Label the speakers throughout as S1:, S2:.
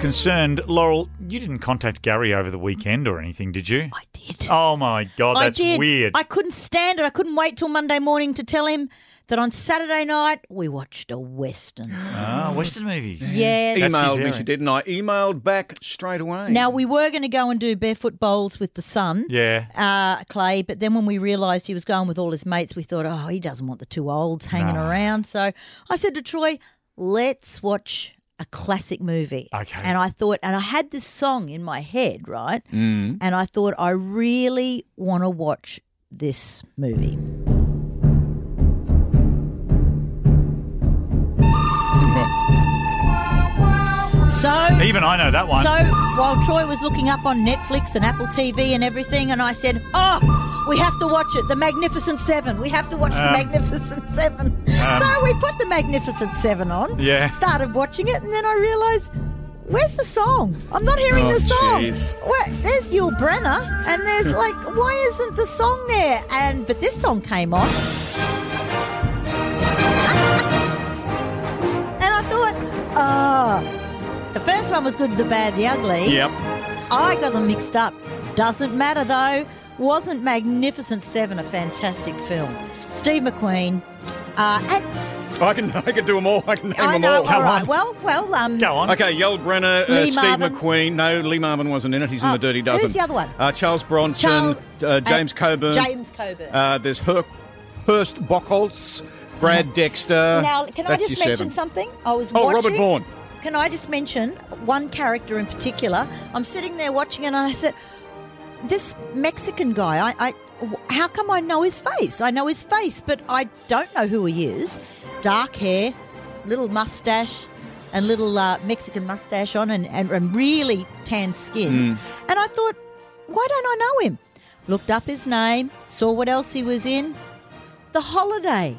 S1: concerned, Laurel, you didn't contact Gary over the weekend or anything, did you?
S2: I did.
S1: Oh my God, that's
S2: I did.
S1: weird.
S2: I couldn't stand it. I couldn't wait till Monday morning to tell him that on Saturday night we watched a western.
S1: Ah, Western movies.
S2: yes.
S1: That's his
S3: emailed me,
S1: area.
S3: she did, and I emailed back straight away.
S2: Now we were going to go and do barefoot bowls with the sun.
S1: Yeah.
S2: Uh, Clay, but then when we realised he was going with all his mates, we thought, oh, he doesn't want the two olds hanging
S1: No.
S2: around. So I said to Troy, let's watch a classic movie.
S1: Okay.
S2: And I thought, and I had this song in my head, right? And I thought, I really want to watch this movie. So
S1: Even I know that one.
S2: so while Troy was looking up on Netflix and Apple TV and everything, and I said, "Oh, we have to watch it, The Magnificent Seven. We have to watch The
S1: Um,
S2: Magnificent Seven.
S3: um,
S2: so we put The Magnificent Seven on.
S1: Yeah.
S2: Started watching it, and then I realised, where's the song? I'm not hearing
S3: Oh,
S2: the song.
S3: jeez.
S2: Where, there's Yul Brenner, and there's like, why isn't the song there? And but this song came on. And I thought, oh, the first one was good, the bad, the ugly.
S3: Yep.
S2: I got them mixed up. Doesn't matter though. Wasn't Magnificent Seven a fantastic film? Steve McQueen. Uh, and
S3: I can I can do them all. I can name
S2: I
S3: them
S2: know.
S3: all.
S2: all right.
S1: on.
S2: Well, well. Um,
S1: Go on.
S3: Okay, Yul Brenner, uh,
S2: Lee
S3: Steve
S2: Marvin.
S3: McQueen. No, Lee Marvin wasn't in it. He's in
S2: Oh,
S3: the Dirty
S2: who's
S3: Dozen.
S2: the other one?
S3: Uh, Charles Bronson,
S2: Charles-
S3: uh, James
S2: uh,
S3: Coburn.
S2: James Coburn.
S3: Uh, there's Her- Hurst Bockholtz, Brad Dexter.
S2: now, can I
S3: Uh, That's
S2: just
S3: your
S2: mention
S3: seven.
S2: something? I was
S3: Oh,
S2: watching.
S3: Robert Vaughan.
S2: Can I just mention one character in particular? I'm sitting there watching it and I said, this Mexican guy, I, I, how come I know his face? I know his face, but I don't know who he is. Dark hair, little mustache, and little uh, Mexican mustache on, and, and, and really tanned skin.
S3: Hmm.
S2: And I thought, why don't I know him? Looked up his name, saw what else he was in. The Holiday.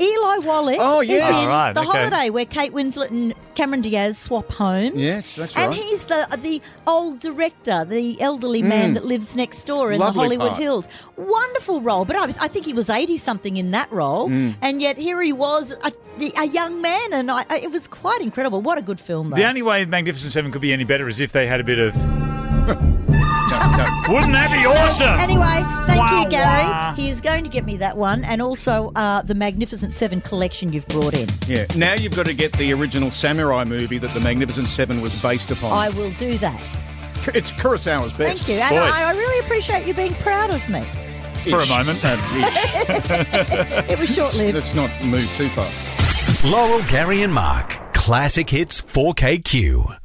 S2: Eli Wallach
S3: Oh, yes.
S2: is in
S1: All right,
S2: The
S1: okay.
S2: Holiday, where Kate Winslet and Cameron Diaz swap homes.
S3: Yes, that's
S2: And
S3: right. Mm.
S2: he's the the old director, the elderly man that lives next door in the
S3: Lovely
S2: Hollywood
S3: part.
S2: Hills. Wonderful role, but I, I think he was eighty something in that role,
S3: Mm.
S2: and yet here he was, a, a young man, and I, I, it was quite incredible. What a good film, though.
S1: The only way Magnificent Seven could be any better is if they had a bit of.
S3: No, no.
S1: Wouldn't that be awesome?
S2: Anyway, thank
S1: Wow,
S2: you, Gary.
S1: wow.
S2: He is going to get me that one, and also uh, the Magnificent Seven collection you've brought in.
S3: Yeah. Now you've got to get the original samurai movie that the Magnificent Seven was based upon.
S2: I will do that.
S3: It's Kurosawa's best.
S2: Thank you, and
S1: boy.
S2: I, I really appreciate you being proud of me.
S1: For a moment.
S2: It was short lived.
S3: Let's not move too far.
S4: Laurel, Gary, and Mark. Classic Hits 4KQ.